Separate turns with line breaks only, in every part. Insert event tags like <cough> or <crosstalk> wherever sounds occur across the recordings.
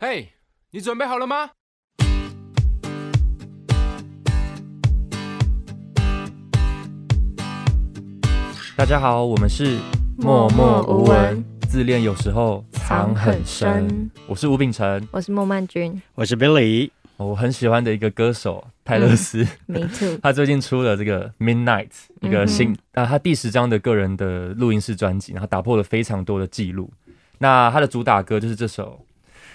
嘿、你准备好了吗？
大家好，我们是
默默无闻，
自恋有时候藏很
藏很
深
深。
我是吴秉承，
我是莫曼君
我是 Billy，
我很喜欢的一个歌手泰勒斯，
，Me too。
<laughs> 他最近出了这个《Midnight》一个新
嗯
啊、他第十张的个人的录音室专辑，然后打破了非常多的记录。那他的主打歌就是这首，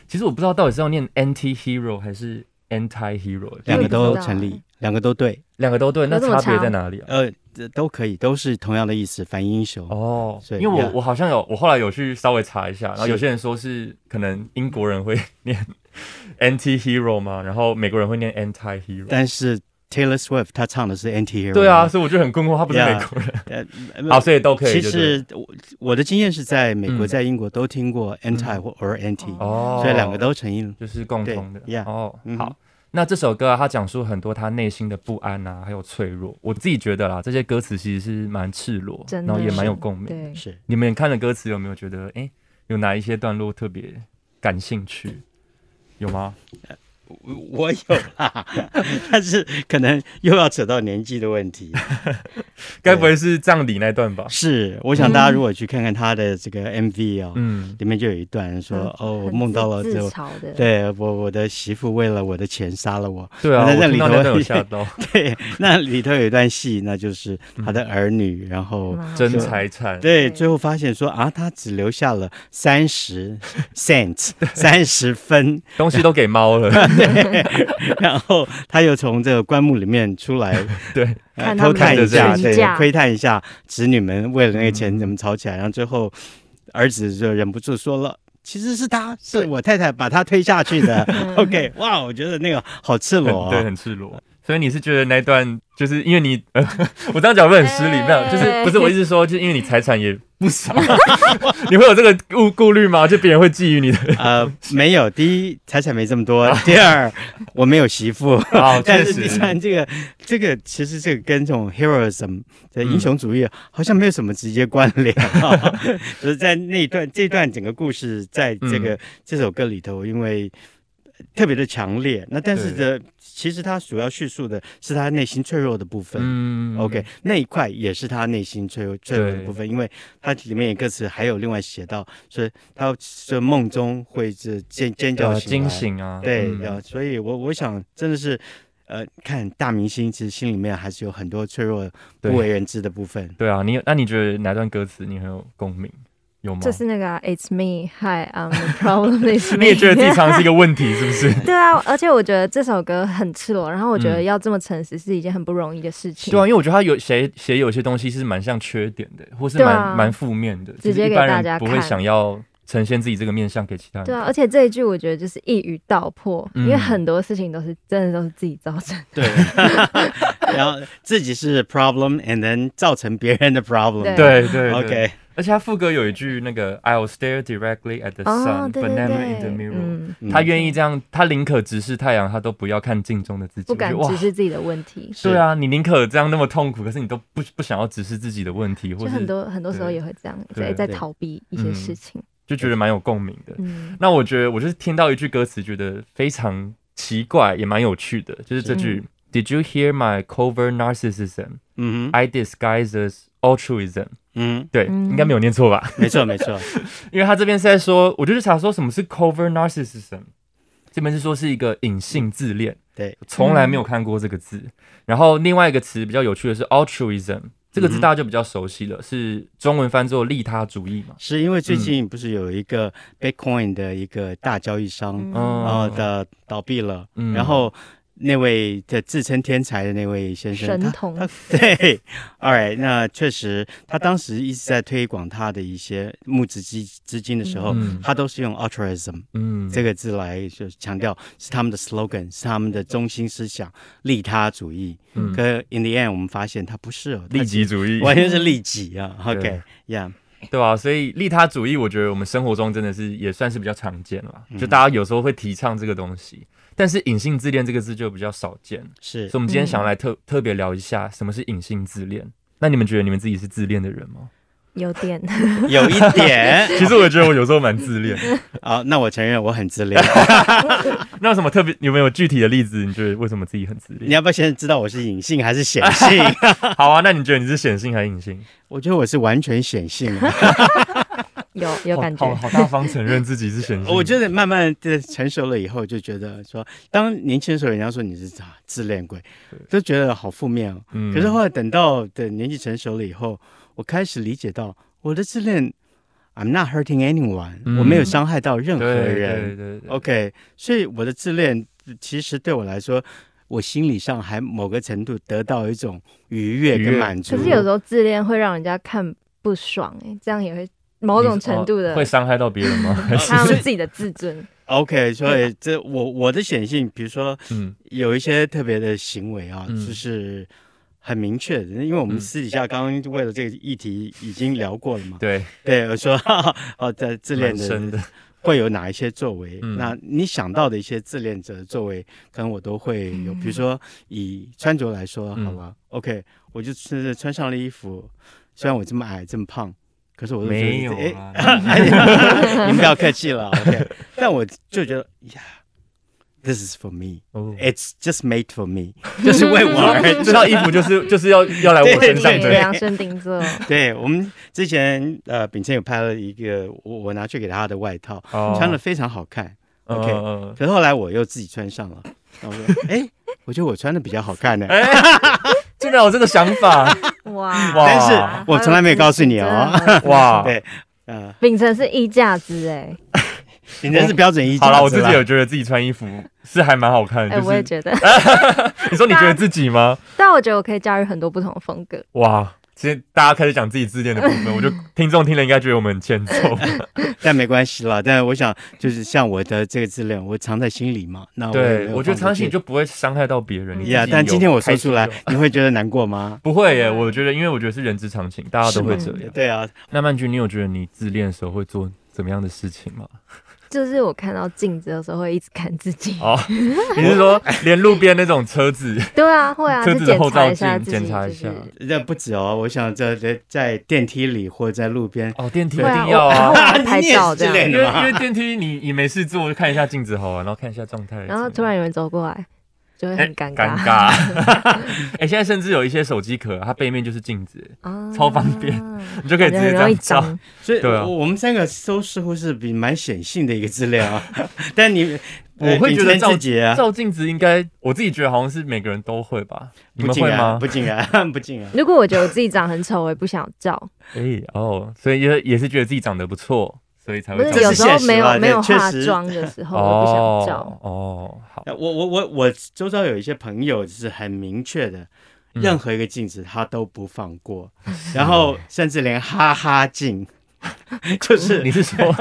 其实我不知道到底是要念 Anti Hero 还是 Anti Hero，
两个
我也
都
不知道
成
哎
立，两个都对，
两个都对，那
有这么
差别
长
在哪里啊？
呃，这都可以，都是同样的意思，反英雄。
哦，
所
因
以
为我
yeah
我好像有，我后来有去稍微查一下，然后
是
有些人说是可能英国人会念 <laughs> anti hero 嘛，然后美国人会念 anti hero。
但是 Taylor Swift 他唱的是 anti-hero，
对啊，，所以我就很困惑，他不是美
Yeah
国人。
呃，
好，所以都可以。
其
就对了
实我我的经验是在美国、
嗯
在英国都听过 anti 或 or anti，、
哦
哦，
所以两个都成立了。
就是共通的。
对，yeah
哦，
嗯
好。那这首歌啊，它讲述很多他内心的不安啊，还有脆弱。我自己觉得啦，这些歌词其实是蛮赤裸，
<laughs> 真
然
的
后也蛮有共鸣。
对，
是，
你们看了歌词有没有觉得，哎、有哪一些段落特别感兴趣？有吗？
我我有啊，但是可能又要扯到年纪的问题。
<laughs> <laughs> 该不会是葬礼那段吧？
是，我想大家如果去看看他的这个 MV 哦，
<laughs> 嗯，
里面就有一段说，
很
哦，我
嗯很
梦到了
自
这
自嘲的，，
对我，我的媳妇为了我的钱杀了我。
对啊，
我在那
听
里
到
头
那段有吓 <laughs> 到，
对， <laughs> 那里头有一段戏，那就是他
嗯
的儿女，然后
争财产，
对
对，最后发现说啊，他只留下了三十
<laughs>
cent，三十分，
东西都给猫 <laughs> 了，
然后他又从这个棺木里面出
<laughs>
来，
对，
呃
看他
偷
们
看
的
一下，
身
对
价，嗯
窥探一下子女们为了那个钱怎么吵起来，然后最后儿子就忍不住说了。其实是他，是我太太把他推下去
<laughs>
的。OK，哇，
嗯
我觉得那个好赤
很
裸、哦。
对，很赤裸。啊所以你是觉得那段就是因为你， <laughs> 呃、我这样讲会不会很失礼？没有，就是不是我意思是说，就是因为你财产也不少， <laughs> 你会有这个顾顾虑吗？就别人会觊觎你 <laughs> 的
呃，没有，第一财产没这么
<laughs>
多，第二我没有媳妇，
啊？ <laughs>
<laughs> 但
确
是第
实，
三这个这个其实这个跟这种 heroism 的
嗯
英雄主义好像没有什么直接关联、啊，
<laughs>
就是在那一段这段整个故事在这
嗯
个、这首歌里头，因为。特别的强烈，那但是
对
的，其实他主要叙述的是他内心脆弱的部分。
嗯
OK，那一块也是他内心脆弱脆弱的
对
部分，因为他里面有歌词还有另外写到，所以他说梦中会是尖尖叫
呃，
醒
惊
来，
醒啊，
对，
嗯
呃所以我我想真的是，呃，看大明星其实心里面还是有很多脆弱不
对，
为人知的部分。
对啊，你那你觉得哪段歌词你很有共鸣？有吗？
就是那个啊 It's me, hi, I'm the problem.
<laughs>
It's me。
你也觉得自己常常是一个问题，是不是？
<laughs> 对啊，而且我觉得这首歌很赤裸，然后我觉得
嗯
要这么诚实是一件很不容易的事情。
对啊，因为我觉得他有写写有些东西是蛮像缺点的，或是
对
蛮
啊
蛮负面的，
直接
就是一
给
般
大
人
家
不会
看
想要呈现自己这个面相给其他人。
对啊，而且这一句我觉得就是一语道破，
嗯
因为很多事情都是真的都是自己造成。
对， <laughs> 然后自己是 problem，and then 造成别人的 problem。
对
对
对
OK，
而且他副歌有一句那个 "I'll stare directly at the
哦，
sun,
对
but
对
never um, in the
对，
mirror"。
嗯，
嗯
他愿意这样，他宁可直视太阳，他都不要看镜中的自己。
不
我觉
敢
得
直
哇，
视自己的问题，
是
对啊，你宁可这样那么痛苦，可是你都不不想要直视自己的问题，
就
或
很
是
多很多时候也会这样，
对
在在
对
逃避一些
嗯
事情。
就觉得蛮有共鸣的。
嗯，
那我觉得我就是听到一句歌词，觉得非常奇怪，也蛮有趣的，就是这句。Did you hear my covert narcissism?
嗯哼，
I disguise as altruism.
嗯，
对，
嗯
应该没有念错吧？ <laughs>
没错没错，
因为他这边是在说，我就去查说什么是 covert narcissism，这边是说是一个隐性自恋，
对，
从来没有看过这个字。然后另外一个词比较有趣的是 altruism，这个字
嗯
大家就比较熟悉了，是中文翻作利他主义嘛。
是因为
嗯
最近不是有一个 Bitcoin 的一个大交易商，
嗯
嗯
呃的倒闭了，
嗯
然后那位的自称天才的那位先生，
神
他
童
他对，All right，那确实，他当时一直在推广他的一些募资基资金的时候，
嗯
他都是用 altruism
嗯，
这个字来就强调是他们的 slogan，是他们的中心思想，利他主义。
嗯
可 in the end，我们发现他不是哦，他
利己主义，
<laughs> 完全是利己啊。
对
OK，yeah，、
对吧、所以利他主义，我觉得我们生活中真的是也算是比较常见了，就大家有时候会提倡这个东西，但是隐性自恋这个字就比较少见，所
是
以我们
嗯
今天想要来特、特别聊一下什么是隐性自恋。那你们觉得你们自己是自恋的人吗？
有点
<laughs>
有一点
其实我觉得我有时候蛮自恋。
啊、那我承认我很自恋。
<laughs> 那有什么特别？有没有具体的例子？你觉得为什么自己很自
你
恋？
要不要先知道我是隐性还是显性？ <laughs>
好啊，那你觉得你是显性还是隐性？
我觉得我是完全显性啊。
有有感
好好
觉，
好大方承认自己是显
<laughs>
性。
我觉得慢慢的成熟了以后，就觉得说，当年轻的时候，人家说你是啊自恋鬼，都觉得好负面哦。
嗯
可是后来等到的年纪成熟了以后，我开始理解到我的自恋，I'm not hurting anyone，、
嗯
我没有伤害到任何
对对
人。
对对
OK，所以我的自恋其实对我来说，我心理上还某个程度得到一种愉悦
愉
跟
悦
满足。
可是有时候自恋会让人家看不爽、哎，这样也会某种程度
哦
的
会伤害到别人
<laughs>
吗？还是
他们自己的自
<laughs>
尊。
OK，所以这我我的显性，比如说
嗯
有一些特别的行为啊，
嗯
就是很明确的，因为我们
嗯
私底下刚刚为了这个议题已经聊过了嘛。
对，
对，我说 <laughs> 哦，在自恋
蛮深
的
的，
会有哪一些作为？
嗯
那你想到的一些自恋者的作为，可能我都会有。比如说以穿着来说，
嗯
好吧、o k 我就是穿上了衣服，虽然我这么矮这么胖，可是我都觉得
没有
哎
啊。
<laughs> 哎您不要客气了，OK。但我就觉得，Yeah，this is for me.
哦
It's just made for me，就是 <laughs> 为
<laughs>
我而
这套衣服就是就是要要来我身上
对，
对
的，
量身定
<laughs>
做，
对我们之前呃，秉承有拍了一个，我我拿去给他的外套，
哦
穿的非常好看。
嗯
OK
嗯嗯
可是后来我又自己穿上了，然后我说，哎，我觉得我穿的比较好看呢。
哎，竟然有这个想 <laughs> 法，
哇！
哇但啊是
我从来没有告诉你哦
啊
<laughs>
他的自尊真的很
哇！
对，呃，
秉承是一价值
<laughs>
哎、
你那是标准衣。
好了，我自己有觉得自己穿衣服是还蛮好看
哎、
的，就
我也
是
觉得， <laughs>
你说你觉得自己吗？
但我觉得我可以驾驭很多不同的风格。
哇！其实大家开始讲自己自恋的部分，我就听众听了应该觉得我们很欠
<laughs>
揍。
啊但没关系啦。但我想，就是像我的这个自恋，我藏在心里嘛。那
对，我觉得
藏
长期你就不会伤害到别人。你自己
呀，但
有
今天我
开
说
心
出来
就好，
你会觉得难过吗？
不会耶，我觉得因为我觉得是人之常情，大家都会
是
这
吗
样。
对啊，
那曼君，你有觉得你自恋的时候会做怎么样的事情吗？
就是我看到镜子的时候会一直看自己，
哦， <laughs> 你是说连路边那种车子？
对啊，会啊，
车
就
子的
检
后
查
照
一下
镜
自己，
检查一
就是
下
这不止哦，我想在在在电梯里或者在路边，
哦， <laughs> 电梯一
对啊，
定
我 <laughs>
要
然后
啊
我，还拍照这
你也是
样，
因为因为电梯你你没事做，就看一下镜子好玩，然后看一下状态。
然后突然有人走过来，就会
哎
很尴
尴尬， <laughs> 哎，现在甚至有一些手机壳，它背面就是镜子，
啊
超方
<laughs>
便你就可以
感
直接
觉很
这
容易
样照。
脏。
所以
对啊
我我们三个都似乎是比蛮显性的一个自恋啊。 <laughs> 但你
<laughs> 我会觉得照
自己啊，
照镜子应该，我自己觉得好像是每个人都会吧？你
不
们
竟
会
然，
吗？
不竟然， <laughs> 不啊竟然。
如果我觉得我自己长很丑，我也不想照。
哎哦，所以也也是觉得自己长得不错，所以才会
不
照
是
镜
有
子。
时候没
这是现实啦
有没有
对确
化
实
妆
<laughs>
的时候，我不想
哦
照。
哦，好， <laughs>
我我我我周遭有一些朋友是很明确的，
嗯
任何一个镜子他都不放过，
<laughs>
然后甚至连哈哈镜， <laughs> 就是
你是说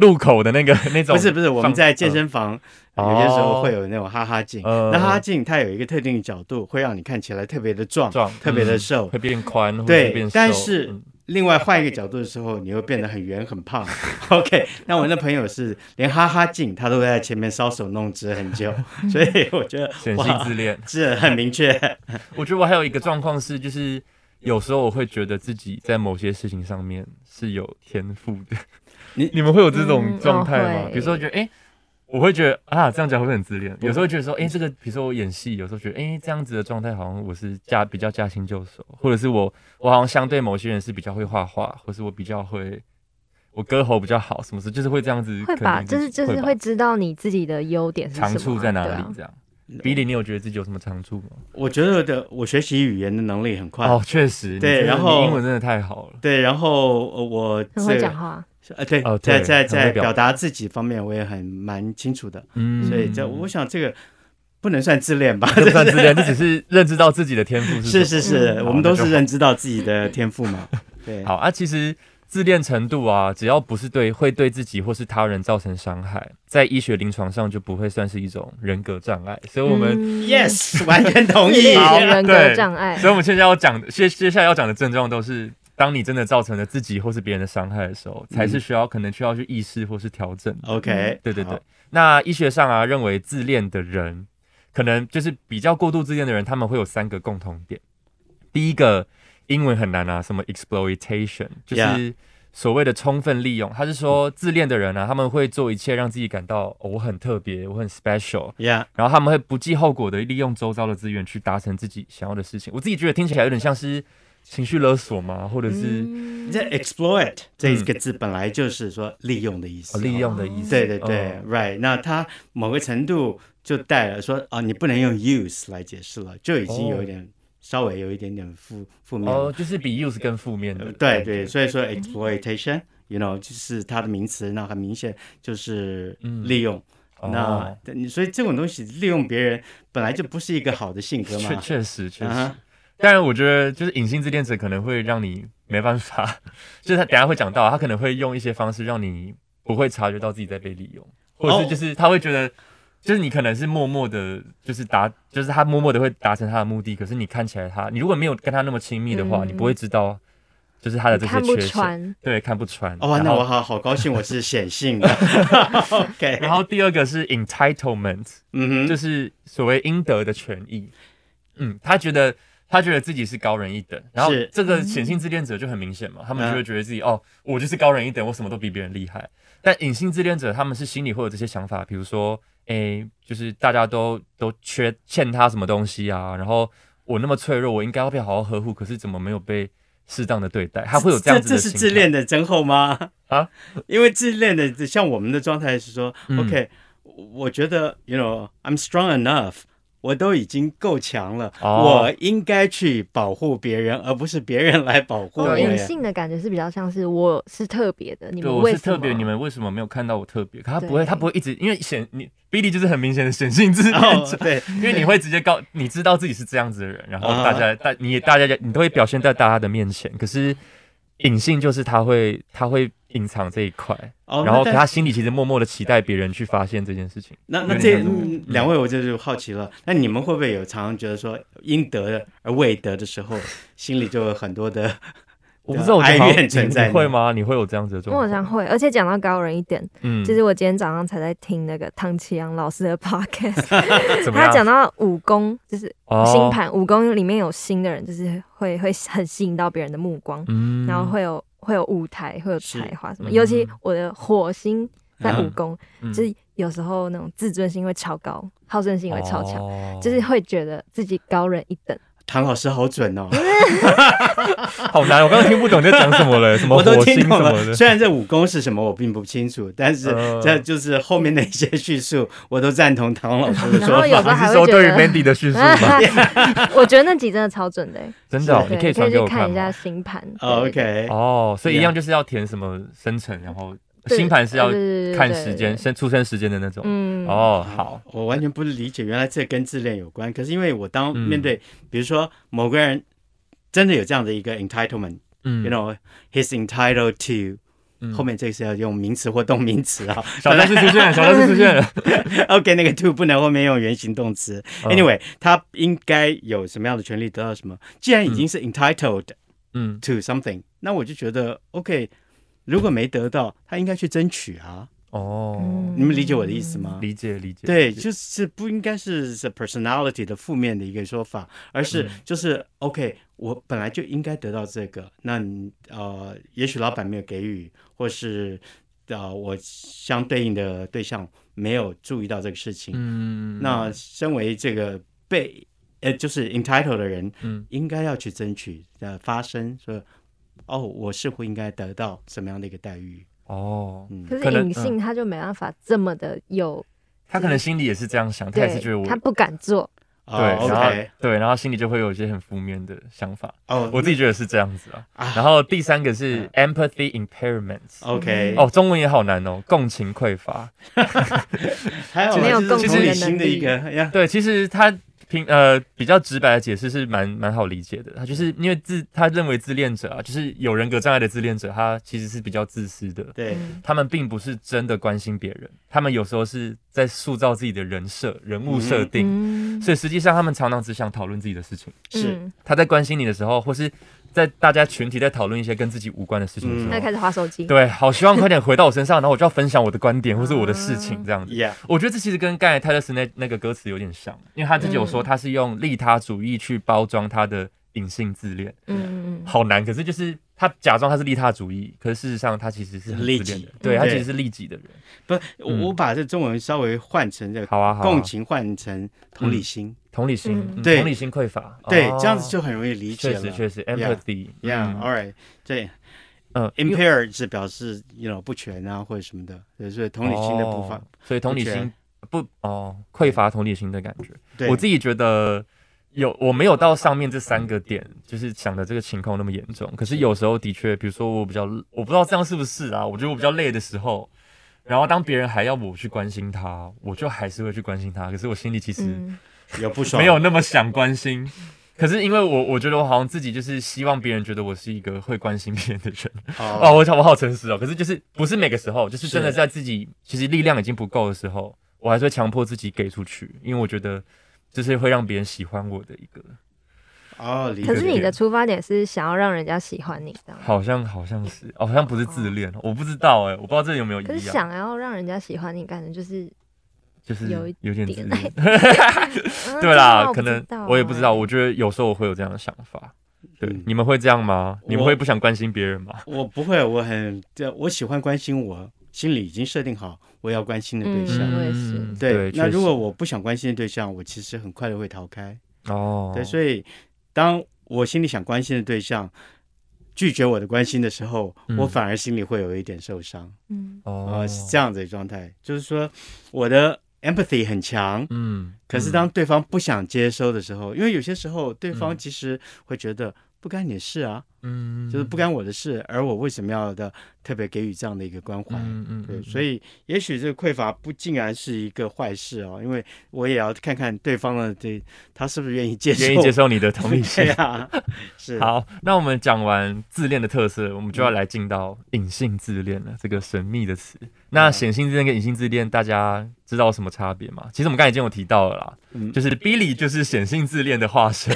路口的那个那种？
不是不是我们
放
在健身房
呃
有些时候会有那种哈哈镜，
哦
那哈哈镜它有一个特定的角度，会让你看起来特别的壮，
壮，
特别的
嗯
瘦。
会变宽，或
对
者变瘦
但是
嗯
另外换一个角度的时候，你会变得很圆很胖。OK，那我那朋友是连哈哈镜他都会在前面搔首弄姿
<laughs>
很久，所以我觉得
显性
哇，
自恋。
这很明确。
我觉得我还有一个状况是，就是有时候我会觉得自己在某些事情上面是有天赋的。
你
你们会有这种状态
嗯
吗？
我会
比如说觉得哎。我会觉得啊，这样讲会不会很自恋。有时候会觉得说，哎、这个，比如说我演戏，有时候觉得，哎、这样子的状态好像我是驾比较驾轻就熟，或者是我我好像相对某些人是比较会画画，或是我比较会我歌喉比较好，什么事就是会这样子肯定自
会
己。
吧，就是就是
吧
会知道你自己的优点是什么啊，
长处在哪
对
里
啊？
这样。比利，你有觉得自己有什么长处吗？
我觉得我的我学习语言的能力很快，
哦，确实，你真
对
的
然后
你英文真的太好了。
对，然后呃我
很会
这
讲话，
呃对，
哦
在
对
在
很
在
会表
表达自己方面我也很蛮清楚的，
嗯
所以这 <laughs> 我想这个不能算自恋吧， <laughs>
这不算自恋，这只是认知到自己的天赋是
是
什
是是，
嗯
我们都
好那
是
就
认知到自己的天赋
<laughs>
嘛，对
么。。好啊，其实自恋程度啊，只要不是对会对自己或是他人造成伤害，在医学临床上就不会算是一种人格障碍。所以我们，
嗯
Yes，完全同
自
意
恋。
好
的人格
对
障碍
所以我们现在要讲的，接接下来要讲的症状都是。当你真的造成了自己或是别人的伤害的时候，
嗯
才是需要可能需要去意识或是调整的。
OK，
对对对
好，。
那医学上啊，认为自恋的人，可能就是比较过度自恋的人，他们会有三个共同点。第一个英文很难啊，什么 exploitation，就是
Yeah
所谓的充分利用。他是说自恋的人啊，他们会做一切让自己感到、哦我很特别，我很 special，
呀，
然后他们会不计后果的利用周遭的资源去达成自己想要的事情。我自己觉得听起来有点像是情绪勒索嘛，或者是、
嗯
这 exploit 这一个字本来就是说利用的意
嗯
思，
哦利用的意思。
对对对、
嗯
r i g h t 那它某个程度就带了说啊，你不能用 use 来解释了，就已经有一点、稍微有一点点负负面了。
哦，就是比 use 更负面的
呃
感觉。
对对，所以说 exploitation。You know，就是它的名词，那很明显就是利用。
哦
那你所以这种东西利用别人本来就不是一个好的性格
确
嘛。
确实确
啊
实
哈，
当然我觉得就是隐性自恋者可能会让你没办法，就是他等一下会讲到，他可能会用一些方式让你不会察觉到自己在被利用，或者
哦
是就是他会觉得。就是你可能是默默的，就是达，就是他默默的会达成他的目的。可是你看起来他，你如果没有跟他那么亲密的话，
嗯
你不会知道，就是他的这些
看不
缺陷，
穿，
对，看不穿。
哦，
然
那
后
我好好高兴，我是显性 <laughs> 的。OK，
然后第二个是 entitlement，
嗯
就
哼，
是所谓应得的权益。嗯，他觉得他觉得自己是高人一等，然后
是
这个显性自恋者就很明显嘛，他们就
嗯
会觉得自己、哦，我就是高人一等，我什么都比别人厉害。但隐性自恋者他们是心里会有这些想法，比如说，诶，就是大家都都缺欠他什么东西啊，然后我那么脆弱，我应该要被好好呵护，可是怎么没有被适当的对待？他会有这样子
这
的
这是
心态
自恋的真后吗？
啊，
因为自恋的像我们的状态是说、
嗯
o k 我觉得 you know I'm strong enough，我都已经够强了，
哦
我应该去保护别人，而不是别人来保护
啊
我
哦，隐
呀。
性的感觉是比较像是我是特别的，你
对，
们
我
为
是
什么？
特别，你们为什么没有看到我特别？可他不
对
会，他不会一直，因为显你 Billy 就是很明显的显性自恋
哦
者，，
对，
因为你会直接告，你知道自己是这样子的人，然后
啊
大家大你也大家你都会表现在大家的面前，可是隐性就是他会他会隐藏这一块，
哦，
然后可
那但
他心里其实默默的期待别人去发现这件事情。
那那
有
这
点像这
嗯两位，我这就好奇了。那你们会不会有常常觉得说应得而未得的时候，心里就有很多的啊
我不知道我觉得好
哀
像
哎
怨存
你
在呢
你会吗？你会有这样子的状
我好
况？
像会，而且讲到高人一点，
嗯
就是我今天早上才在听那个唐奇阳老师的 <laughs> podcast，
怎么
他
样？
讲到武功，就是
哦
星，盘，武功里面有星的人，就是会会很吸引到别人的目光，
嗯
然后会有会有舞台，会有才华什么。
嗯
尤其我的火星在武
嗯
功，
嗯
就是有时候那种自尊心会超高，好胜心会超强，
哦
就是会觉得自己高人一等。
唐老师好准哦，
哎好难，我刚刚听不懂你在讲什么
<laughs>
了，什么
我都
火
听
星什
懂
么的
了。。虽然这武功是什么我并不清楚，但是
呃
这就是后面的一些叙述，我都赞同唐老师的
然后
说
有
法。
时候还
是说
会觉
对于
得，
Mandy 的叙述吗？
<laughs> 我觉得那集真的超准的、欸，
真的哦，
对
你可以
可
传
以
给
去
我
看一
吗
下星盘。
哦
对对
OK，
哦，所以
Yeah
一样就是要填什么生辰，然后
对
星盘是要
对对对
看
对
时
对
间、
对
生出生时间的那种。
嗯，
哦，好，
我完全不理解，原来这跟自恋有关。可是因为我当
嗯
面对，比如说某个人真的有这样的一个 entitlement，
嗯
you know he's entitled to，、
嗯
后面这个是要用名词或动名词啊。 <laughs>
小战士出
<laughs>
现了，小战士出现了。
OK，那个 to 不能后面用原形动词。
嗯
Anyway，他应该有什么样的权利得到什么？既然已经是 entitled
嗯，
to something，、那我就觉得 OK，如果没得到，他应该去争取啊。
哦，
嗯
你们理解我的意思吗？
理解理解。
对，就是不应该是是 personality 的负面的一个说法，而
嗯
是就是 OK，我本来就应该得到这个，那你呃，也许老板没有给予，或是呃，我相对应的对象没有注意到这个事情，
嗯，
那身为这个被呃就是 entitled 的人，
嗯
应该要去争取呃发声，说哦，我是否应该得到什么样的一个待遇？
哦，
嗯，
可
可
是
能
隐性他就没办法这么的有，
他可能心里也是这样想，他也
对
是觉得我，
他不敢做，
哦
对，然后
，OK，
对，然后心里就会有一些很负面的想法。
哦，
我自己觉得是这样子啊。
啊嗯
然后第三个是 empathy impairment。
OK，
哦，中文也好难哦，共情匮乏。
还有
没有共
同
同
理
的
心的一个 <laughs> 呀，
<laughs> 对，其实他平呃比较直白的解释是蛮蛮好理解的。他就是因为自他认为自恋者啊，就是有人格障碍的自恋者，他其实是比较自私的。
对，
嗯
他们并不是真的关心别人，他们有时候是在塑造自己的人设、人物设定，
嗯，
所以哦实际上他们常常只想讨论自己的事情。
是
嗯，
他在关心你的时候，或是在大家群体在讨论一些跟自己无关的事情的时
嗯
候，
他开始划手机，
对，好希望快点回到我身上，然后我就要分享我的观点或是我的事情
啊
这样子。
，Yeah，
我觉得这其实跟刚才泰勒斯那那个歌词有点像，因为他自己有说他是用利他主义去包装他的隐性自恋，
嗯嗯
好难。可是就是他假装他是利他主义，可是事实上他其实是很自
利
恋
己
的，对他
对
其实是利己的人。
不，我我把这中文稍微换成这个
嗯好啊，好啊
共情换成同理心，
同理心，
嗯
嗯
对
同理心匮乏，
对
哦，
这样子就很容易理解
确
了。
实确实
Yeah
empathy，
Yeah,
嗯
all right. 对
嗯，因为
，impair 是表示 you know 不全啊或者什么的，对所以同理心的部分
哦。所以同理心不哦，匮乏同理心的感觉。
对，
我自己觉得有，我没有到上面这三个点，就是想的这个情况那么严重。可是有时候的确，比如说我比较，我不知道这样是不是啊？我觉得我比较累的时候，然后当别人还要我去关心他，我就还是会去关心他。可是我心里其实
嗯
有
<laughs>
不爽，
没有那么想关心。可是因为我我觉得我好像自己就是希望别人觉得我是一个会关心别人的人。哦，
哦，
我想我好诚实哦。可是就是不是每个时候，就是真的
是
在自己其实力量已经不够的时候，我还是会强迫自己给出去，因为我觉得这是会让别人喜欢我的一个，
哦，
嗯。
理解
可是你的出发点是想要让人家喜欢你，这样。
好像好像是，哦，好像不是自恋，我不知道哎、我不知道这有没有一
可是
样，
想要让人家喜欢你，感觉就是
就是
有一
有点自 <laughs>
点
恋，
嗯
对
这个
啦，
我
可
不知
能
道
我也不知道，
欸
我觉得有时候我会有这样的想法。对
嗯，
你们会这样吗？你们
我
会不想关心别人吗？
我不会，我很这我喜欢关心我，心里已经设定好我要关心的对象。
嗯我也是
对，那
确
如果
实
我不想关心的对象，我其实很快的会逃开。
哦，
对，所以当我心里想关心的对象拒绝我的关心的时候，
嗯
我反而心里会有一点受伤。
嗯
哦
呃，是这样子的状态，就是说我的 empathy 很强，
嗯，
可是
嗯
当对方不想接收的时候，因为有些时候对方
嗯
其实会觉得不干你的事啊，
嗯
就是不干我的事，而我为什么要的特别给予这样的一个关怀？
嗯嗯，
对，
嗯
所以也许这个匮乏不竟然是一个坏事哦，因为我也要看看对方的这他是不是愿意 <laughs> 接受，
愿意接受你的同理心
<laughs> 对。啊，是，
好，那我们讲完自恋的特色，我们就要来进到隐性自恋
<laughs>
了，这个神秘的词。那
嗯
显性自恋跟隐性自恋，大家知道有什么差别吗？其实我们刚才已经有提到了啦，
嗯
就是 Billy 就是显性自恋的化
<laughs>
身，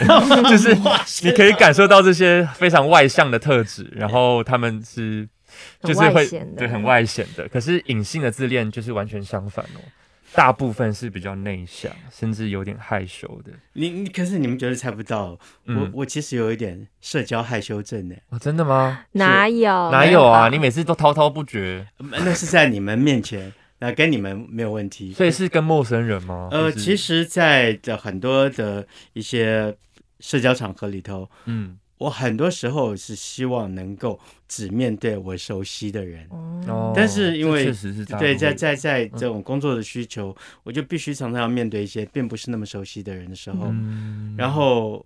就是你可以感受到这些非常外向的特质，然后他们是
很
就是
外
会
显的
对很外显的，可是隐性的自恋就是完全相反哦。大部分是比较内向，甚至有点害羞的。
你你可是你们绝对猜不到，我
嗯
我其实有一点社交害羞症呢，
哦，真的吗？
哪有
哪有啊？
哦没
你每次都滔滔不绝，
嗯那是在你们面前，那跟你们没有问 <laughs> 题。
所以是跟陌生人吗？
呃，
就是
其，实，在的很多的一些社交场合里头，
嗯，
我很多时候是希望能够只面对我熟悉的人。
哦
哦，
嗯但是因为
这确实是大陆
对，在在在这种工作的需求，我就必须常常要面对一些并不是那么熟悉的人的时候，
嗯
然后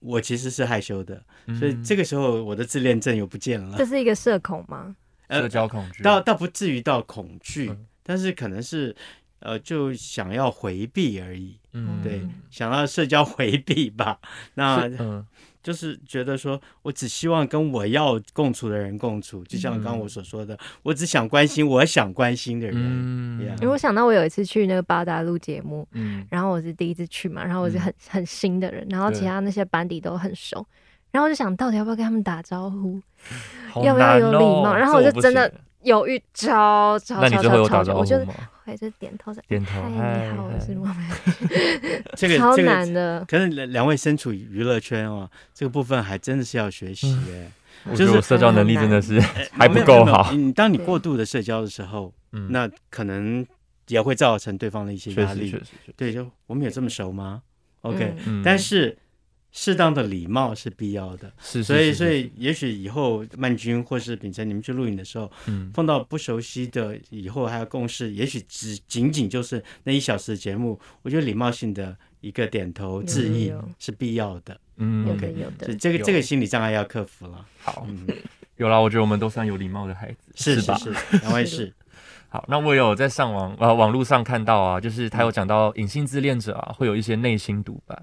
我其实是害羞的，
嗯
所以这个时候我的自恋症又不见了
这，是一个社恐吗？
呃
社交恐惧
倒倒不至于到恐惧，
嗯
但是可能是呃就想要回避而已，
嗯
对，啊
嗯
想要社交回避吧。那
是嗯
就是觉得说我只希望跟我要共处的人共处，就像刚
嗯
刚我所说的，我只想关心我想关心的人。
嗯
Yeah
因为我想到我有一次去那个八达录节目，
嗯
然后我是第一次去嘛，然后我是
嗯
很、很新的人，然后其
对
他那些班底都很熟，然后我就想到底要不要跟他们打招呼，
好
要不要有
难哦
礼貌然后
这
我就
不
真的
行
犹豫超超
那你
超
最后
超
有打
超
招
久，
呼
我就
吗？
还是点头说
点头
嗨你好，
嗨
我是
嗨
莫美，
这个
超
这
难
个，
的，
可是两两位身处娱乐圈哦，这个部分还真的是要学习
嗯
耶。
我觉
就
得
是
我社交能力真的是还不
没有
够
没有
好。
你当你过度的社交的时候，
嗯
那可能也会造成对方的一些
确
压
实 <laughs> 确
力
实。确实
对，就我们有这么熟吗？OK，、
<laughs> 嗯
嗯
但是适当的礼貌是必要的。
是，
所以，
是
所，
是
以
是
也许以后曼君或是秉承你们去录影的时候，
嗯，
碰到不熟悉的，以后还有共事，也许只仅仅就是那一小时的节目，我觉得礼貌性的一个点头
有
致意
有有
是必要的。
嗯
有
，OK，
的有的
所以，这个
有
这个心理障碍要克服了。
好，
嗯，
有啦，我觉得我们都算有礼貌的孩子，
是
吧？
是，两位是
好，那我有在上网呃网络上看到啊，就是他有
嗯
讲到隐性自恋者啊，会有一些内心独白。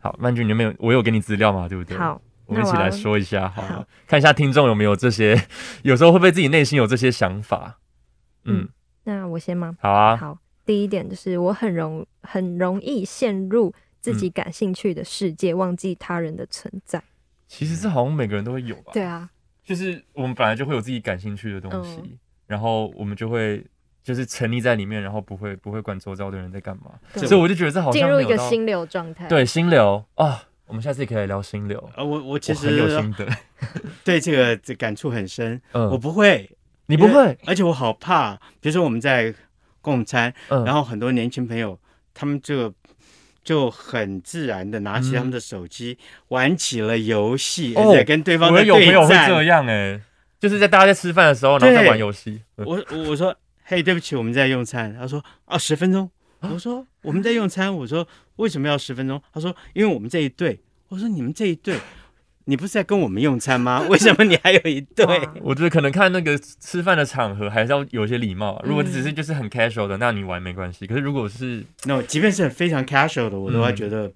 好，曼君，你有没有？我有给你资料嘛？对不对？，
好，
我们一
那
起
我
来
要
说一下好了，
好
看一下听众有没有这些， <laughs> 有时候会不会自己内心有这些想法？嗯，
嗯那我先吗？
好啊，
好，第一点就是我很容很容易陷入自
嗯
己感兴趣的世界，忘记他人的存在。
其实这好像每个人都会有吧？
对，啊，
就是我们本来就会有自己感兴趣的东西，
嗯
然后我们就会就是沉溺在里面，然后不会不会管周遭的人在干嘛，
<laughs> 对
所以我就觉得这好像
进入
没
一
有
个
到
心流状态。
对心流啊、我们下次也可以来聊心流。
呃，我我其
我很有
实
心得，
对这个这感触很深，我
<laughs> 嗯，
不会，
你不
因为
会，，
而且我好怕。比如说我们在共餐，
嗯，
然后很多年轻朋友他们就就很自然的拿起他们的手机、玩起了游戏，
嗯哦
而且跟对方
我
的
有朋
对
友会
战。
这样哎、就是在大家在吃饭的时候，然后在玩游戏。嗯
我我我说，嘿，对不起，我们在用餐。他说，哦，十分钟。
啊
我说我们在用餐。我说为什么要十分钟？他说，因为我们这一队。我说你们这一队，你不是在跟我们用餐吗？为什么你还有一队？
哇
我觉得可能看那个吃饭的场合，还是要有一些礼貌啊、如果只是就是很 casual 的，那你玩没关系。可是如果是
那、no, 即便是很非常 casual 的，我都会
嗯
觉得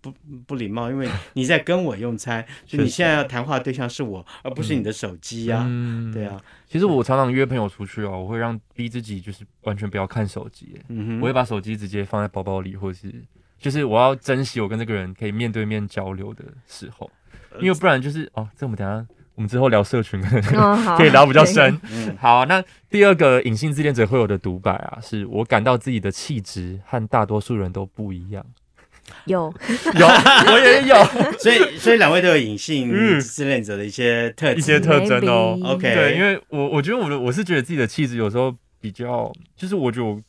不、不礼貌，因为你在跟我用餐，所以你
确实
现在要谈话的对象是我，而不是你的手机呀、
嗯
对。啊，
其实我常常约朋友出去哦，我会让逼自己就是完全不要看手机、欸
嗯
我会
哼，
把手机直接放在包包里，或者是就是我要珍惜我跟这个人可以面对面交流的时候，
呃
因为不然就是哦，这我们等一下我们之后聊社群可能
哦，
<laughs>
好，
可以聊比较深。 <laughs>
嗯
好，啊那第二个隐性自恋者会有的独白啊，是我感到自己的气质和大多数人都不一样。
有
有， <laughs> 我也
<laughs>
有
所以所以两位都有隐性
嗯
自恋者的一些特质，
一些特征哦
maybe
OK
对，因为我我觉得我的我是觉得自己的气质有时候比较，就是我觉得我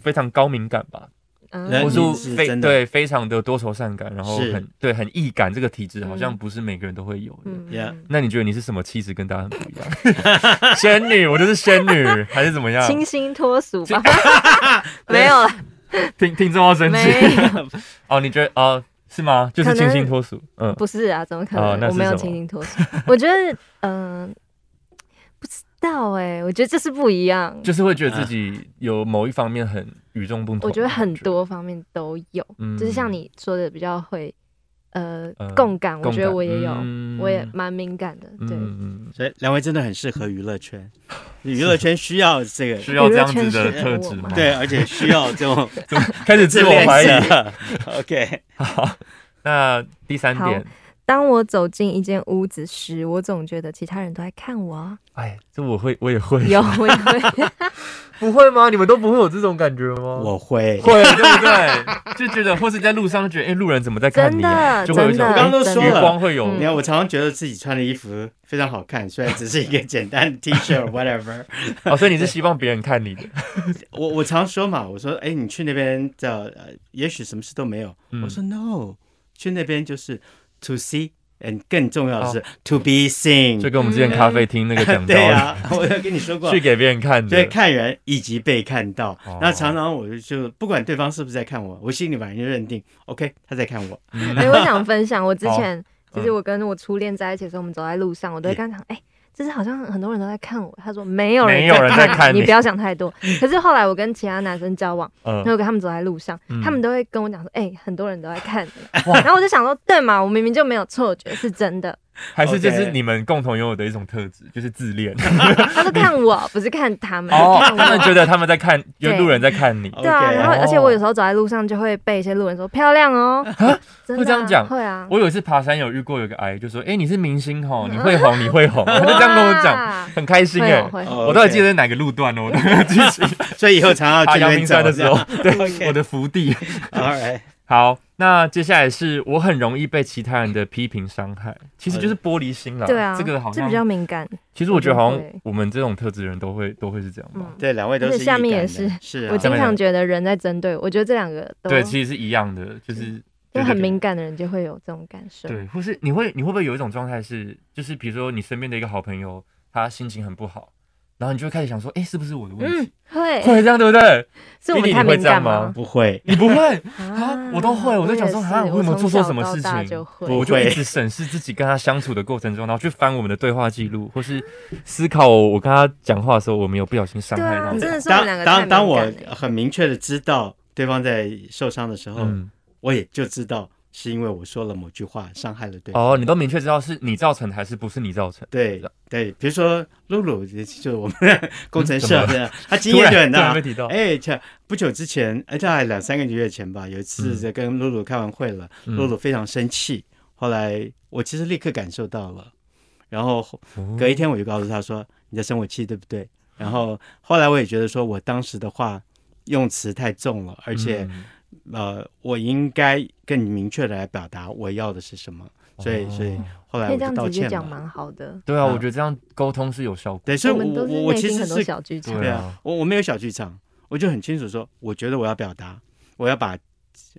非常高敏感吧，
那
我
人
嗯，
你
说
是
非
真的
对非常的多愁善感，然后
是
很对很易感这个体质好像
嗯
不是每个人都会有的。
嗯
Yeah
那你觉得你是什么气质跟大家很不一样？ <laughs> 仙女，我就是仙女，还是怎么样？
清新脱俗
清，
吧 <laughs> 没有了，
<laughs>
听听众要生气
没有，
哦？你觉得哦是吗？就是
可能
清新脱俗，嗯，
不是啊，怎么可
哦那是
能？我没有
什么
清新脱俗， <laughs> 我觉得，嗯，不知道哎，我觉得这是不一样，
就是会觉得自己有某一方面很与众不同。
嗯我觉得很，多方面都有，
嗯
就是像你说的比较会，呃
呃，
共感，我
共
觉得
感
我也有，
嗯
我也蛮敏感的，对。
嗯，
所以两位真的很适合娱乐圈，娱乐圈需要这个，
需要这样子的特质吗？
对，，啊而且需要这种
<laughs> 开 <laughs> 始自我怀疑。
者。OK， <laughs>
<laughs> 好，那第三点，
当我走进一间屋子时，我总觉得其他人都在看我啊。 <laughs>
哎，这我会，我也会，
有，我也会，
不会吗？你们都不会有这种感觉吗？
我会。
会，对不对？就觉得，或是在路上觉
<laughs>
得，哎，路人怎么在看你啊？就
真的
会有一种
真
我刚刚
的嗯
都说
余
<laughs>
了
光会有，
你看，我常常觉得自己穿的衣服非常好看，虽然只是一个简单的 T 恤 or whatever。
哦，所以你是希望别人看你的，
我我常说嘛，我说，哎，你去那边叫，呃，也许什么事都没有。
嗯
我说 no，去那边就是 to see，嗯，更重要的是、to be seen
哦就。跟我们之前咖啡厅那
<laughs>
个讲到
嗯对
的，
啊，我有跟你说
<laughs>
过
去，给别人看
对
的，
看人以及被看到
哦。
那常常我就就不管对方是不是在看我，我心里马上就认定，OK，他在看我。
嗯
哎，我想分享，我之前
好嗯
其实我跟我初恋在一起的时候，我们走在路上，我都会跟他讲，哎、就是好像很多人都在看我。他说没有
没有人在
在
看
你，
你
不要想太多。可是后来我跟其他男生交往，然后
嗯，
我跟他们走在路上，
嗯
他们都会跟我讲说，哎、很多人都在看你。
<laughs> 哇
然后我就想说，对嘛，我明明就没有错觉，是真的。
还是这
OK
是你们共同拥有的一种特质，就是自
<laughs>
恋。
他说看我，不是看他们，
哦，
看
他们
我。
觉得他们在看，有
对
路人在看你，
对啊，
OK
然后
哦
而且我有时候走在路上就会被一些路人说漂亮哦，真的啊
会这样讲
会啊，
我有一次爬山有遇过有个阿姨，就说：“哎、你是明星吼，你会红，你会
<laughs>
红。”她就这样跟我讲，
嗯哇，
很开心
会
哎、
哦会哦，
哦
我都还记，
OK
得哪个路段
<laughs>
哦，我都记起
所以以后常常
爬
去那
阳
边
明
走
山的时候，
OK
<laughs> 对我的福地。
<laughs> ，All right，
好，那接下来是我很容易被其他人的批评伤害，其实就是玻璃心啦。
对啊，
这个好
这比较
像，
敏感，
其实我觉得好像
对
我们这种特质的人都会都会是这样吧。
嗯，
对，两位都
而 <laughs>
是
且下面
易感
也
的
是
是啊
我经
啊下面有
常觉得人在针对我，我觉得这两个嗯都嗯
对，其实是一样的，就是
就很敏
感。
感的人就会有这种感受，
对，或是你会你会不会有一种状态是，就是比如说你身边的一个好朋友，他心情很不好，然后你就会开始想说，哎、是不是我的问题？
嗯，
<laughs>
会，
会这样对不对？
是我
弟弟
们太
你会
敏
这样
感
吗
吗？
不会，
你不会，
<laughs> 啊
我都会我就想说
也
啊
是
我有没有做错什么
从小
事
到大
情
就会
不
我就一直审视自己跟他相处的过程中，然后去翻我们的对话记录，或是思考我跟他讲话的时候，我没有不小心伤
对
害
啊，
到
你真
他。
的是我们
当
两个太
当
敏感
当我
了
很明确的知道对方在受伤的时候，
嗯，
我也就知道是因为我说了某句话伤害了对方。
哦，你都明确知道是你造成的还是不是你造成？
对
是啊
对，比如说露露，就是我们
<laughs>
工程师啊，
嗯怎啊
对啊他经
突
验
然
就很
突然 <laughs>
大
被。提到，
哎，这不久之前，哎，大概两三个月前吧，有一次
嗯
在跟露露开完会了，
嗯
露露非常生气。后来我其实立刻感受到了，然后
哦
隔一天我就告诉他说：“你在生我气，对不对？”然后后来我也觉得说我当时的话用词太重了，而且
嗯
呃，我应该更明确的来表达我要的是什么。所
哦
以，所以后来
可
我
以这
就
样
道
直接
歉
讲，
了。
蛮好的。
对啊，
嗯
我觉得这样沟通是有效果。
对，所以
我
我
们都
我
是
我
内
其
心
实
很多
是
小剧场，
对
对
啊
啊，
我我没有小剧场，我就很清楚说，我觉得我要表达，我要把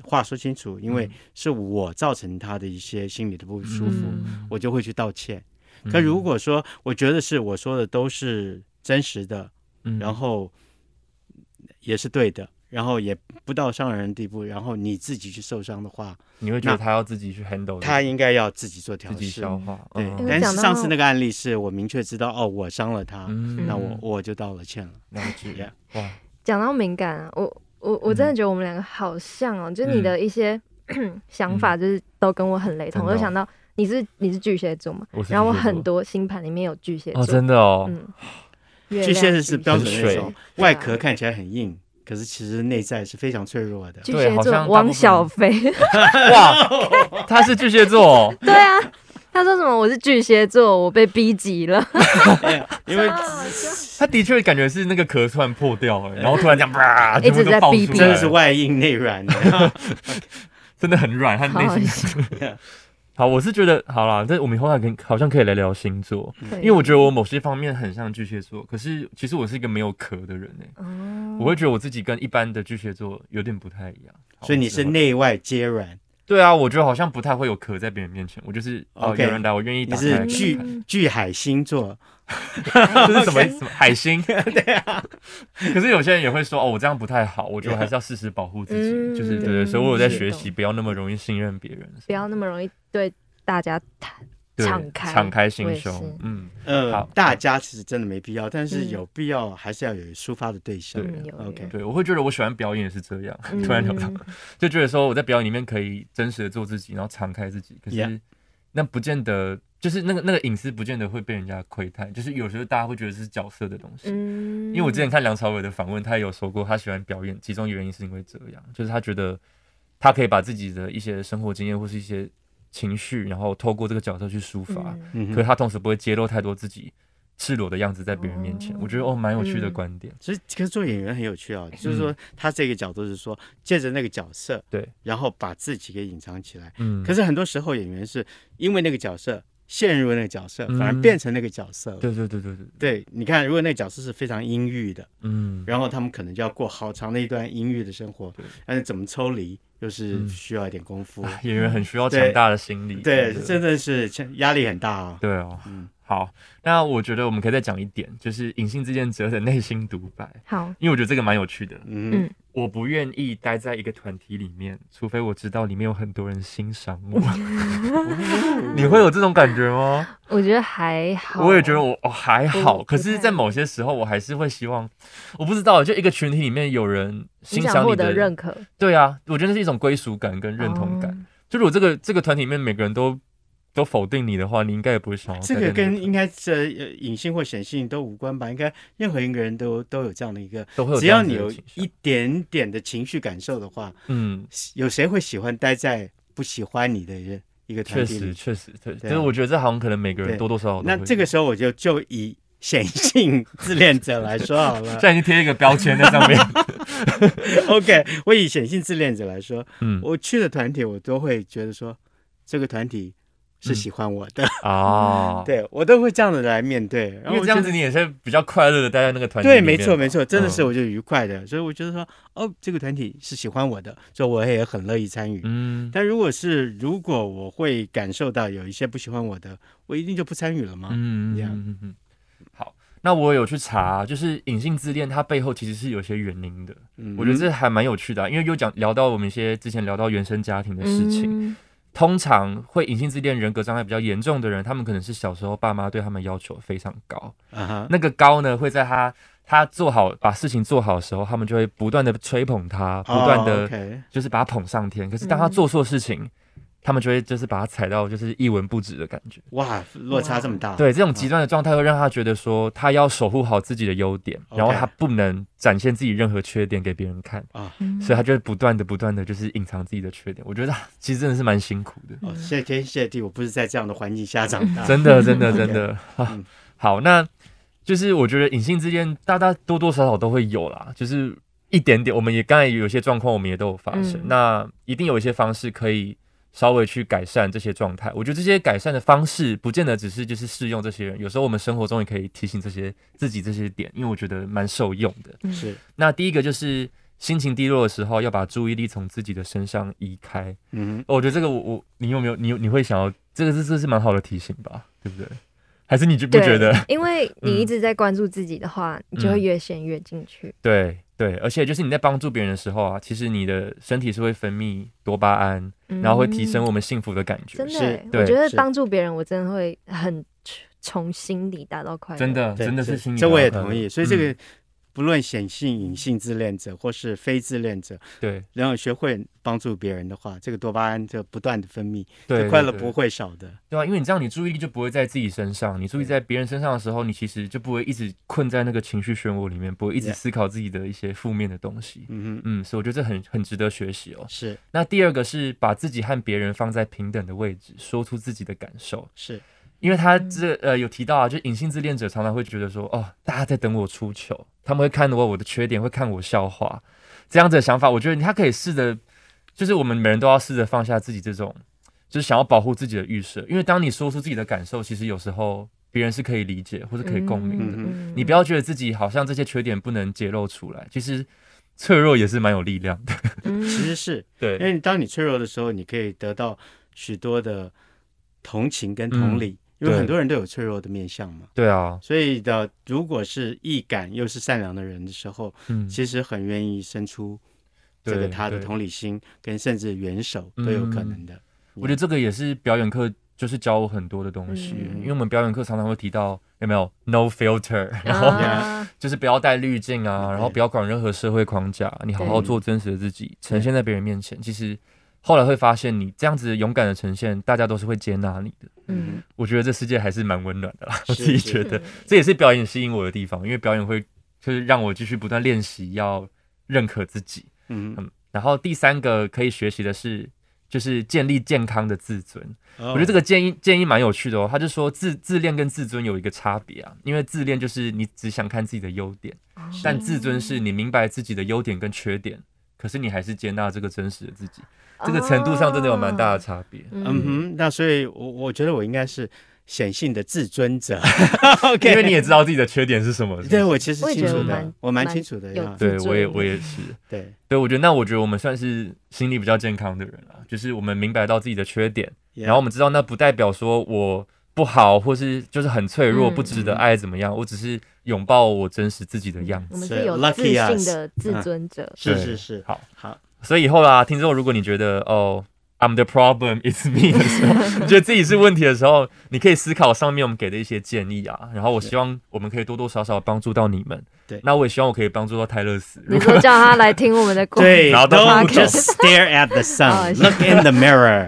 话说清楚，因
嗯
为是我造成他的一些心理的不舒服，
嗯
我就会去道歉。
嗯
可如果说我觉得是我说的都是真实的，
嗯
然后也是对的，然后也不到伤人的地步，然后你自己去受伤的话，
你会觉得
那
他要自己去 handle，
他
这
应该要自己做
个
调
自己
试。
消化。
对
嗯，
因为
但
哎讲
是
到
上次那个案例是我明确知道哦，我伤了他，
嗯
那我我就道了歉了。
了
嗯
解
Yeah
哇，
讲到敏感啊，我我
嗯
我真的觉得我们两个好像哦，就是你的一些 <clears throat> 想
嗯
法，就是都跟我很雷同。
真的哦
我就想到你是你是巨蟹座嘛，
我是
然后我
巨蟹座
很多星盘里面有巨蟹
哦，
座，
真的哦，
嗯，月亮
巨蟹是标准那
很
种
水，
外壳看起来很硬，可是其实内在是非常脆弱的。
巨
对
蟹
好
座
像大部
汪
分
小菲，
<laughs>
嗯
哇，他是巨蟹座哦，
对啊，他说什么我是巨蟹座，我被逼急
<laughs>
了，
哎
<laughs>
因为
他的确感觉是那个壳突然破掉
<laughs>
了，然后突然这样啪，
一
全部
直
都
在
爆出
哔哔
来
真的是外硬内软的。
真的很软，他
好
内
好
心
笑。
好，我是觉得好啦，但我们以后还可以好像可以来聊星座， <laughs> 因为我觉得我某些方面很像巨蟹座，可是其实我是一个没有壳的人呢、欸
嗯
哦
我会觉得我自己跟一般的巨蟹座有点不太一样。好
所以你
我
是
之后
内外皆软，
对啊，我觉得好像不太会有壳在别人面前，我就是哦
OK
有人来，我愿意
你
打
是 <laughs>
开。
巨
嗯
巨海星座，
这是什么意思？海星？对啊。可是有些人也会说哦，我这样不太好，我觉得还是要适时保护自己，
嗯
就是对
嗯
对，所以我有在
是
学
懂
习，不要那么容易信任别人，
不要那么容易对大家坦
对
敞开
敞开
我
心
也是
胸，嗯，
呃
好，
大家其实真的没必要，但是
嗯
有必要还是要有抒发的对象
对。
嗯有
OK
对，我会觉得我喜欢表演也是这样，
嗯
突然想到，就觉得说我在表演里面可以真实的做自己，然后敞开自己，可
Yeah
是那不见得就是那个那个隐私不见得会被人家窥探，就是有时候大家会觉得是角色的东西。
嗯，
因为我之前看梁朝伟的访问，他有说过他喜欢表演，其中原因是因为这样，就是他觉得他可以把自己的一些生活经验或是一些情绪，然后透过这个角色去抒发，
嗯
嗯
可是
哼，
他同时不会揭露太多自己赤裸的样子在别人面前。
哦
我觉得哦，蛮有趣的
嗯
观点。
所以其实做演员很有趣哦，就是说他这个角度是说借着那个角色，
对，
然后把自己给隐藏起来。
嗯，
可是很多时候演员是因为那个角色陷入那个角色，
嗯
反而变成那个角色了。
对对对对对，
对，你看，如果那个角色是非常阴郁的，
嗯，
然后他们可能就要过好长的一段阴郁的生活
对，
但是怎么抽离，又是
嗯
需要一点功夫。
啊演员很需要
对
强大的心理。真
对，
的
真的是压力很大啊、
对哦。
嗯
好，那我觉得我们可以再讲一点，就是隐性自恋者的内心独白，
好，
因为我觉得这个蛮有趣的。
嗯，
我不愿意待在一个团体里面，除非我知道里面有很多人欣赏我。
嗯
哦
你会有这种感觉吗？
我觉得还 <laughs> 好，
我也觉得我、哦、还好，
我
可是，在某些时候，我还是会希望，我不知道，就一个群体里面有人
你
欣
想
赏
获
你
得
的，
认可、
对啊，我觉得那是一种归属感跟认同感。
哦
就如果这个这个团体里面每个人都都否定你的话，你应该也不会想要
<laughs> 这
待在
个
那
跟
团
应该这隐性或显性都无关吧？应该任何一个人都都有这样的一个，
都会有
只
这样
要
子
你
的
有
倾向
一点点的情绪感受的话，
嗯，
有谁会喜欢待在不喜欢你的人一个团
确
体
实
里？
确实，对，
对啊
就是我觉得这好像可能每个
对
人多多少少都
那
会
这个时候我就就以
<laughs>
显性自恋者来说好了
现。 <laughs> 在已经贴一个标签在
<laughs>
上面，
OK，我以显性自恋者来说，
嗯
<laughs> 我去的团体我都会觉得说，这个团体是
嗯
喜欢我的，
啊，
对我都会这样子来面对。
因
然后
为
我
这样
觉
子
得
你也是比较快乐的待在那个团体
对，
里
没
面
错
嘛
没错，真的是
嗯
我就愉快的，所以我觉得说，哦，这个团体是喜欢我的，所以我也很乐意参与。
嗯，
但如果是如果我会感受到有一些不喜欢我的，我一定就不参与了嘛。
嗯嗯
这样
嗯嗯嗯。好，那我有去查，啊就是隐性自恋它背后其实是有些原因的，
嗯
我觉得这还蛮有趣的啊、因为又讲聊到我们一些之前聊到原生家庭的事情，
嗯
通常会隐性自恋人格障碍比较严重的人，他们可能是小时候爸妈对他们要求非常高，
啊哈，
那个高呢会在他他做好把事情做好的时候，他们就会不断的吹捧他，不断
哦
的
，OK
就是把他捧上天。可是当他
嗯
做错事情，他们就会就是把他踩到就是一文不值的感觉。
哇，落差这么
啊
大，
对，这种极端的状态会让他觉得说，他要守护好自己的优点，
OK
然后他不能展现自己任何缺点给别人看，
嗯
所以他就会不断的、不断的，就是隐藏自己的缺点。我觉得啊其实真的是蛮辛苦的，
哦，谢天谢地，我不是在这样的环境下长
<laughs>
大。
真的，真的，真的。啊
嗯
<laughs> 好，那就是我觉得隐性之间，大家多多少少都会有啦，就是。一点点，我们也刚才有些状况，我们也都有发生。
嗯
那一定有一些方式可以稍微去改善这些状态。我觉得这些改善的方式，不见得只是就是适用这些人，有时候我们生活中也可以提醒这些自己这些点，因为我觉得蛮受用的。
是，
那第一个就是心情低落的时候，要把注意力从自己的身上移开。
嗯
<laughs>
哼，
哦我觉得这个我我你有没有你有你会想要这个是这是蛮好的提醒吧，对不对？还是你就不
对，
觉得？ <laughs>
因为你
嗯
一直在关注自己的话，你就会
嗯
越陷越进去。
对对，而且就是你在帮助别人的时候啊，其实你的身体是会分泌多巴胺，
嗯
然后会提升我们幸福的感觉。
真的
是
欸，我
对
觉得
是
帮助别人，我真的会很从心里达到快乐。
真，的，
对
真的是心理。
这我也同意。所以这
嗯
个不论显性、隐性自恋者或是非自恋者，
对
然后学会帮助别人的话，这个多巴胺就不断的分泌，
对
这快乐
对
不会少的。
对啊，因为你这样，你注意力就不会在自己身上，你注意在别人身上的时候，你其实就不会一直困在那个情绪漩涡里面，不会一直
Yeah
思考自己的一些负面的东西。
嗯哼，
嗯，所以我觉得这很很值得学习哦。
是
那第二个是把自己和别人放在平等的位置，说出自己的感受，
是，
因为他
嗯
这呃有提到啊，就隐性自恋者常常会觉得说，哦，大家在等我出糗，他们会看我我的缺点，会看我笑话，这样子的想法，我觉得他可以试着，就是我们每人都要试着放下自己这种，就是想要保护自己的预设，因为当你说出自己的感受，其实有时候别人是可以理解或者可以共鸣的。
嗯
你不要觉得自己好像这些缺点不能揭露出来，其实脆弱也是蛮有力量的。
嗯
其实是
对
因为当你脆弱的时候，你可以得到许多的同情跟同理，因
嗯
为
对
很多人都有脆弱的面相嘛。
对啊，
所以的，如果是易感又是善良的人的时候，
嗯，
其实很愿意伸出这个
对
他的
对嗯
同理心，跟甚至援手都有可能的。
我觉得这个也是表演课，就是教我很多的东西，
嗯
因为我们表演课常常会提到有没有 no filter，然后
啊，
就是不要带滤镜啊，
嗯
然后不要管任何社会框架，你好好
对
做真实的自己，呈现在别人面前。其实后来会发现，你这样子勇敢的呈现，大家都是会接纳你的。
嗯，
我觉得这世界还是蛮温暖的啦，
是
<laughs> 我自己
是
觉得这也是表演吸引我的地方，因为表演会就是让我继续不断练习，要认可自己。
嗯，
嗯，然后第三个可以学习的是，就是建立健康的自尊。
我
<laughs> 我觉得这个建议建议蛮有趣的哦。他就说自自恋跟自尊有一个差别啊，因为自恋就是你只想看自己的优点，
哦
但自尊是你明白自己的优点跟缺点，可是你还是接纳这个真实的自己。
啊
这个程度上真的有蛮大
哦
的差别。
嗯哼，那所以我，我觉得我应该是显性的自尊者，OK，
因为你也知道自己的缺点是什么。是不是
<laughs> 对我其实
我也
清
觉
楚
得
的
蛮，
我蛮
蛮
清楚的
有
呀，
自
对
尊
我也我也是。
对，
对，我觉得那我觉得我们算是心理比较健康的人了，就是我们明白到自己的缺点，然后我们知道那不代表说我不好，或是就是很脆弱，
嗯
不值得爱怎么样，我只是拥抱我真实自己的样
我
子。
们
是
是有
lucky 啊
自信
us
的自尊者。
是
对
是是，
好，
好，
所以以后啦，听众，如果你觉得哦，I'm the problem, <laughs> it's me 的时候，你觉得自己是问题的时候，你可以思考上面我们给的一些建议啊。然后我希望我们可以多多少少帮助到你们。
对
那我也希望我可以帮助到泰勒斯。
你说叫他来听我们的故事，
<laughs> 嗯 <laughs> 对
然后都
，Don't
不懂
just stare at the <laughs>
哦
sun,
是
look in the mirror，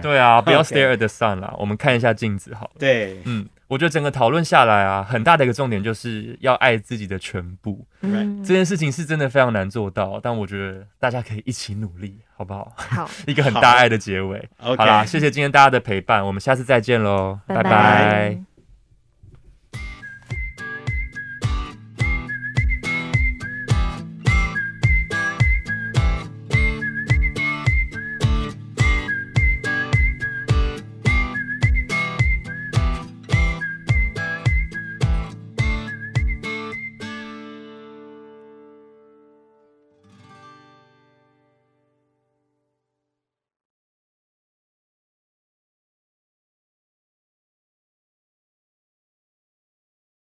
<laughs> 对啊，不要
OK
stare at the sun 啦，我们看一下镜子好了。
<laughs> 对
嗯，我觉得整个讨论下来啊，很大的一个重点就是要爱自己的全部。
嗯
这件事情是真的非常难做到，但我觉得大家可以一起努力，好不好？ <laughs>
好，
一个很大爱的结尾。
，OK，
好啦，谢谢今天大家的陪伴，我们下次再见喽，
拜
拜拜